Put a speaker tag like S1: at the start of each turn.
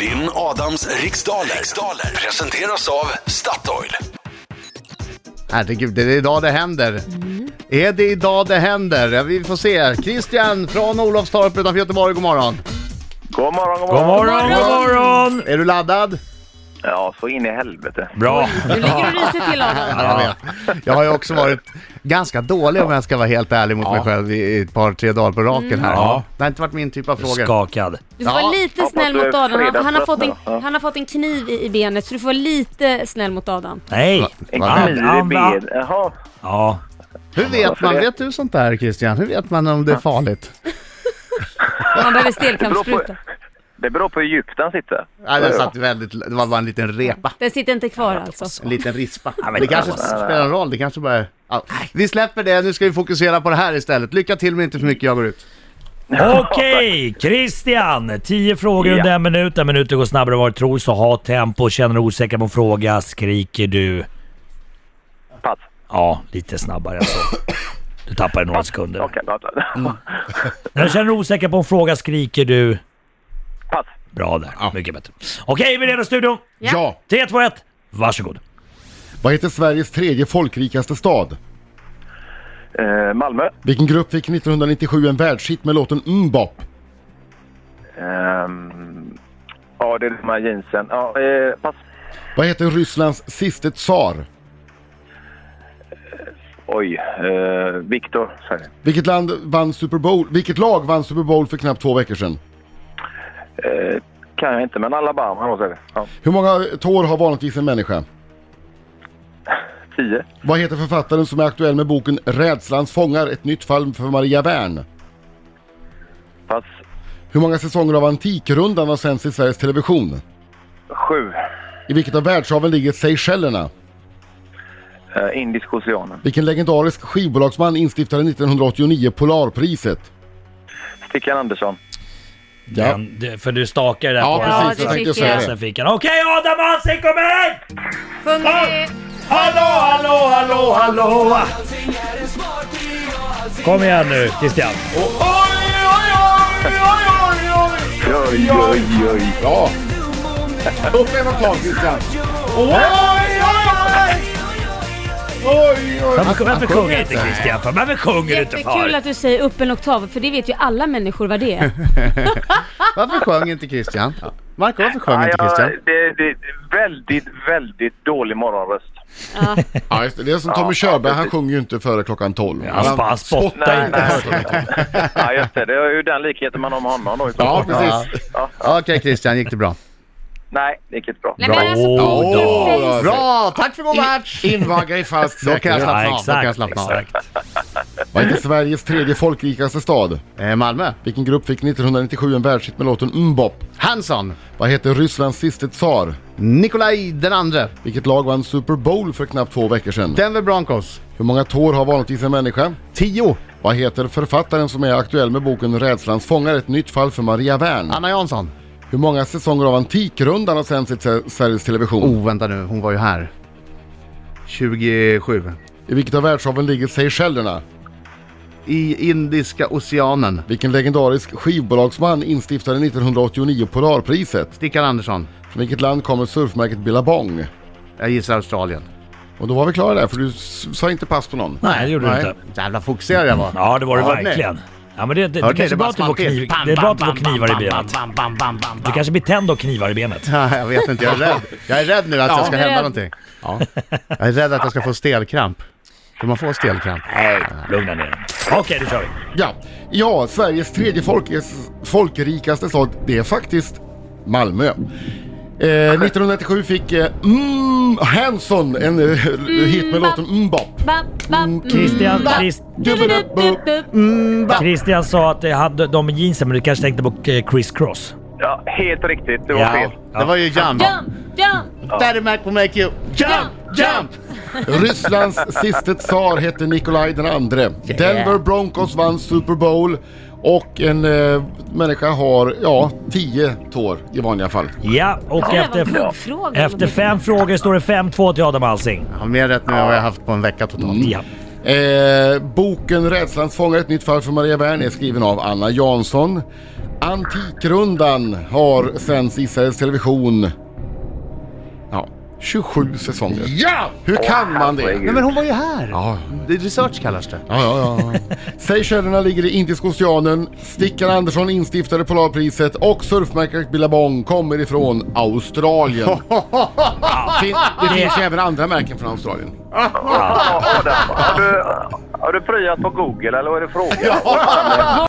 S1: Vinn Adams riksdaler. riksdaler presenteras av Statoil.
S2: Herregud, det är idag det händer. Är det idag det händer? Ja, vi får se. Christian från Olofstorp utanför Göteborg, god morgon.
S3: God morgon, god
S4: God
S3: morgon.
S4: morgon, god morgon!
S2: Är du laddad?
S3: Ja, så in i helvete.
S4: Bra!
S5: Nu ligger du risigt till Adam.
S2: Ja, jag vet. Jag har ju också varit ganska dålig om jag ska vara helt ärlig mot
S4: Ja.
S2: mig själv i i ett par, tre dagar på raken här.
S4: Ja.
S2: Det har inte varit min typ av frågor.
S4: Skakad.
S5: Du får
S2: Ja.
S5: vara lite
S3: Hoppas
S5: snäll
S3: du är
S5: mot Adam. Han, han, har
S3: fredagstrött
S5: fått en,
S3: nu då. Ja.
S5: han har fått en kniv i, i benet så du får vara lite snäll mot Adam.
S4: Nej!
S3: En
S2: Vad
S3: kniv i
S4: Am- am-
S3: ben. Jaha.
S4: Ja.
S2: Hur vet
S3: Varför
S2: man?
S3: det?
S2: Vet du sånt där Christian? Hur vet man om det är farligt?
S3: Det
S5: Han behöver
S3: beror, på,
S5: stelkrampsspruta.
S3: det beror på hur djupt den sitter.
S2: Nej, den satt väldigt... Det var bara en liten repa.
S5: Den sitter inte kvar alltså.
S2: En liten rispa.
S4: Ja, men
S2: Det kanske
S4: det
S2: spelar en roll, det kanske bara... Ja. Vi släpper det, nu ska vi fokusera på det här istället. Lycka till men inte för mycket, jag går ut.
S4: Okej, Christian! 10 frågor under
S3: Ja.
S4: en minut. En minut går snabbare än vad du tror, så ha tempo. Känner du osäker på en fråga skriker du...
S3: Pass.
S4: Ja, lite snabbare alltså. Du tappade några sekunder.
S3: Okej, vänta.
S2: Mm.
S4: När du känner dig osäker på en fråga skriker du...
S3: Pass.
S4: Bra där, mycket bättre. Okej, vi är redo i studion!
S5: Ja.
S6: Ja.
S4: 3, 2, 1! Varsågod.
S6: Vad heter Sveriges tredje folkrikaste stad?
S3: Eh, Malmö.
S6: Vilken grupp fick 1997 en världshit med låten Mbop?
S3: Ehm, ja, det är de här jeansen. Ja, eh, pass.
S6: Vad heter Rysslands siste tsar?
S3: Oj. Eh, Viktor. säger jag.
S6: Vilket land vann Super Bowl? Vilket lag vann Super Bowl för knappt två veckor sedan?
S3: Eh, kan jag inte, men Alabama då säger vi. Ja,
S6: Hur många tår har vanligtvis en människa?
S3: tio.
S6: Vad heter författaren som är aktuell med boken Rädslans fångar, ett nytt fall för Maria Wern?
S3: Pass.
S6: Hur många säsonger av Antikrundan har sänts i Sveriges Television?
S3: Sju.
S6: I vilket av världshaven ligger Seychellerna?
S3: Eh, Indisk oceanen.
S6: Vilken legendarisk skivbolagsman instiftade 1989 Polarpriset?
S3: Stickan Andersson.
S6: Ja.
S4: Den, du- för du stakar där
S6: Ja,
S4: på
S5: Ja,
S6: precis.
S5: det
S6: jag tänkte
S5: tycker
S6: säga
S5: jag.
S6: det.
S4: Sen fick han. Okej Adam Alsing kommer in!
S5: Sjung med.
S4: Hallå, hallå, hallå, hallå! Kom igen nu Christian.
S3: Oj, oj, oj.
S6: Ja! Upprepa klart Christian!
S4: Varför, varför sjunger inte Christian? För varför sjunger du inte
S5: Jättekul
S4: för?
S5: att du säger upp en oktav för det vet ju alla människor vad det är.
S2: Varför sjöng inte Christian? Marco, varför sjöng
S3: Ja,
S2: inte
S3: jag,
S2: Christian?
S3: det, det är väldigt, väldigt dålig morgonröst.
S6: Ja, just det. det är som Tommy Körberg, han sjunger ju inte före klockan 12.
S4: Han sp- han spottar inte.
S3: ja, just det. Det är ju den likheten man har med honom då. i så fall.
S6: Ja, precis.
S2: Okej Christian, gick det bra?
S3: Nej, det gick inte bra.
S5: Nej, men alltså,
S4: Bra.
S5: poker
S6: Åh,
S5: face.
S2: Bra, tack för god match!
S6: Invagga i fast
S2: Då kan jag slappna
S6: säkerhet.
S2: av, då
S4: Ja,
S2: kan jag
S4: exakt,
S2: slappna av.
S4: exakt.
S6: Vad heter Sveriges tredje folkrikaste stad?
S2: Eh, Malmö,
S6: Vilken grupp fick 1997 en världshit med låten Mbop?
S2: Hansson,
S6: Vad heter Rysslands siste tsar?
S2: Nikolaj den andre,
S6: Vilket lag vann Super Bowl för knappt två veckor sedan?
S2: Denver Broncos,
S6: Hur många tår har vanligtvis en människa?
S2: 10,
S6: Vad heter författaren som är aktuell med boken Rädslans fångar, ett nytt fall för Maria Wern?
S2: Anna Jansson.
S6: Hur många säsonger av Antikrundan har sänts i Ser- Sveriges Television?
S2: Oh, vänta nu, hon var ju här. 27.
S6: I vilket av världshaven ligger Seychellerna?
S2: I Indiska oceanen.
S6: Vilken legendarisk skivbolagsman instiftade 1989 Polarpriset?
S2: Stickan Andersson.
S6: Från vilket land kommer surfmärket Billabong?
S2: Jag gissar Australien.
S6: Och då var vi klara där, för du s- sa inte pass på någon.
S4: Nej, det gjorde du
S6: Nej.
S4: inte.
S2: Jävla fokuserad jag var.
S4: Ja, det var det
S2: Hörde ni?
S4: verkligen. Ja, men det, det, det
S2: Hörde ni?
S4: kanske är bra
S2: bara
S4: att du får
S2: small till.
S4: kniv,
S2: Bam,
S4: det är bra
S2: bam,
S4: att du får
S2: bam,
S4: knivar i
S2: bam,
S4: benet.
S2: bam, bam, bam, bam,
S4: Du
S2: bam.
S4: kanske blir tänd av knivar i benet.
S2: Ja, Jag vet inte, jag är rädd. Jag är rädd nu att jag ska
S5: Jag är
S2: hända
S5: rädd.
S2: någonting. Jag är rädd att jag ska få stelkramp. Kan man få stelkramp?
S4: Lugna ner dig. Okej, då kör vi.
S6: Ja, ja Sveriges tredje folkes, folkrikaste stad, det är faktiskt Malmö. Eh, 1997 fick eh, mm, Hanson en eh, hit med låten Mbop.
S5: Ba, ba, mm.
S4: Christian,
S5: Ba-
S4: Christ,
S5: Du, du, du, du, du.
S4: Christian sa att det hade de jeansen, men du kanske tänkte på eh, Chris Cross?
S3: Ja, helt riktigt. Det var fel.
S2: Det var ju jump.
S5: Jump, jump.
S2: Daddy Mac will make you jump, jump!
S6: Rysslands siste tsar hette Nikolaj den andre. Denver Broncos vann Super Bowl och en eh, människa har, ja, 10 tår i vanliga fall.
S4: Ja, och
S5: Det var en
S4: efter,
S5: kuggfråga.
S4: efter fem frågor står det 5-2 till Adam Alsing.
S2: Jag har mer rätt nu än vad jag har haft på en vecka totalt.
S4: Ja.
S6: Eh, boken Rädslans fångar, ett nytt fall för Maria Wern är skriven av Anna Jansson. Antikrundan har sänds i Israels Television. Ja, 27 säsonger.
S2: Ja!
S6: Hur kan man det?
S2: Nej men hon var ju här!
S6: Ja,
S2: Det är Research kallas det.
S6: Ja, ja, ja. Seychellerna ligger i Indiska oceanen. Stickan Andersson instiftade Polarpriset och surfmärket Billabong kommer ifrån Australien. fin, det finns ju även andra märken från Australien.
S3: Adam, har du, har du pryat på Google eller vad är det frågan?
S5: Har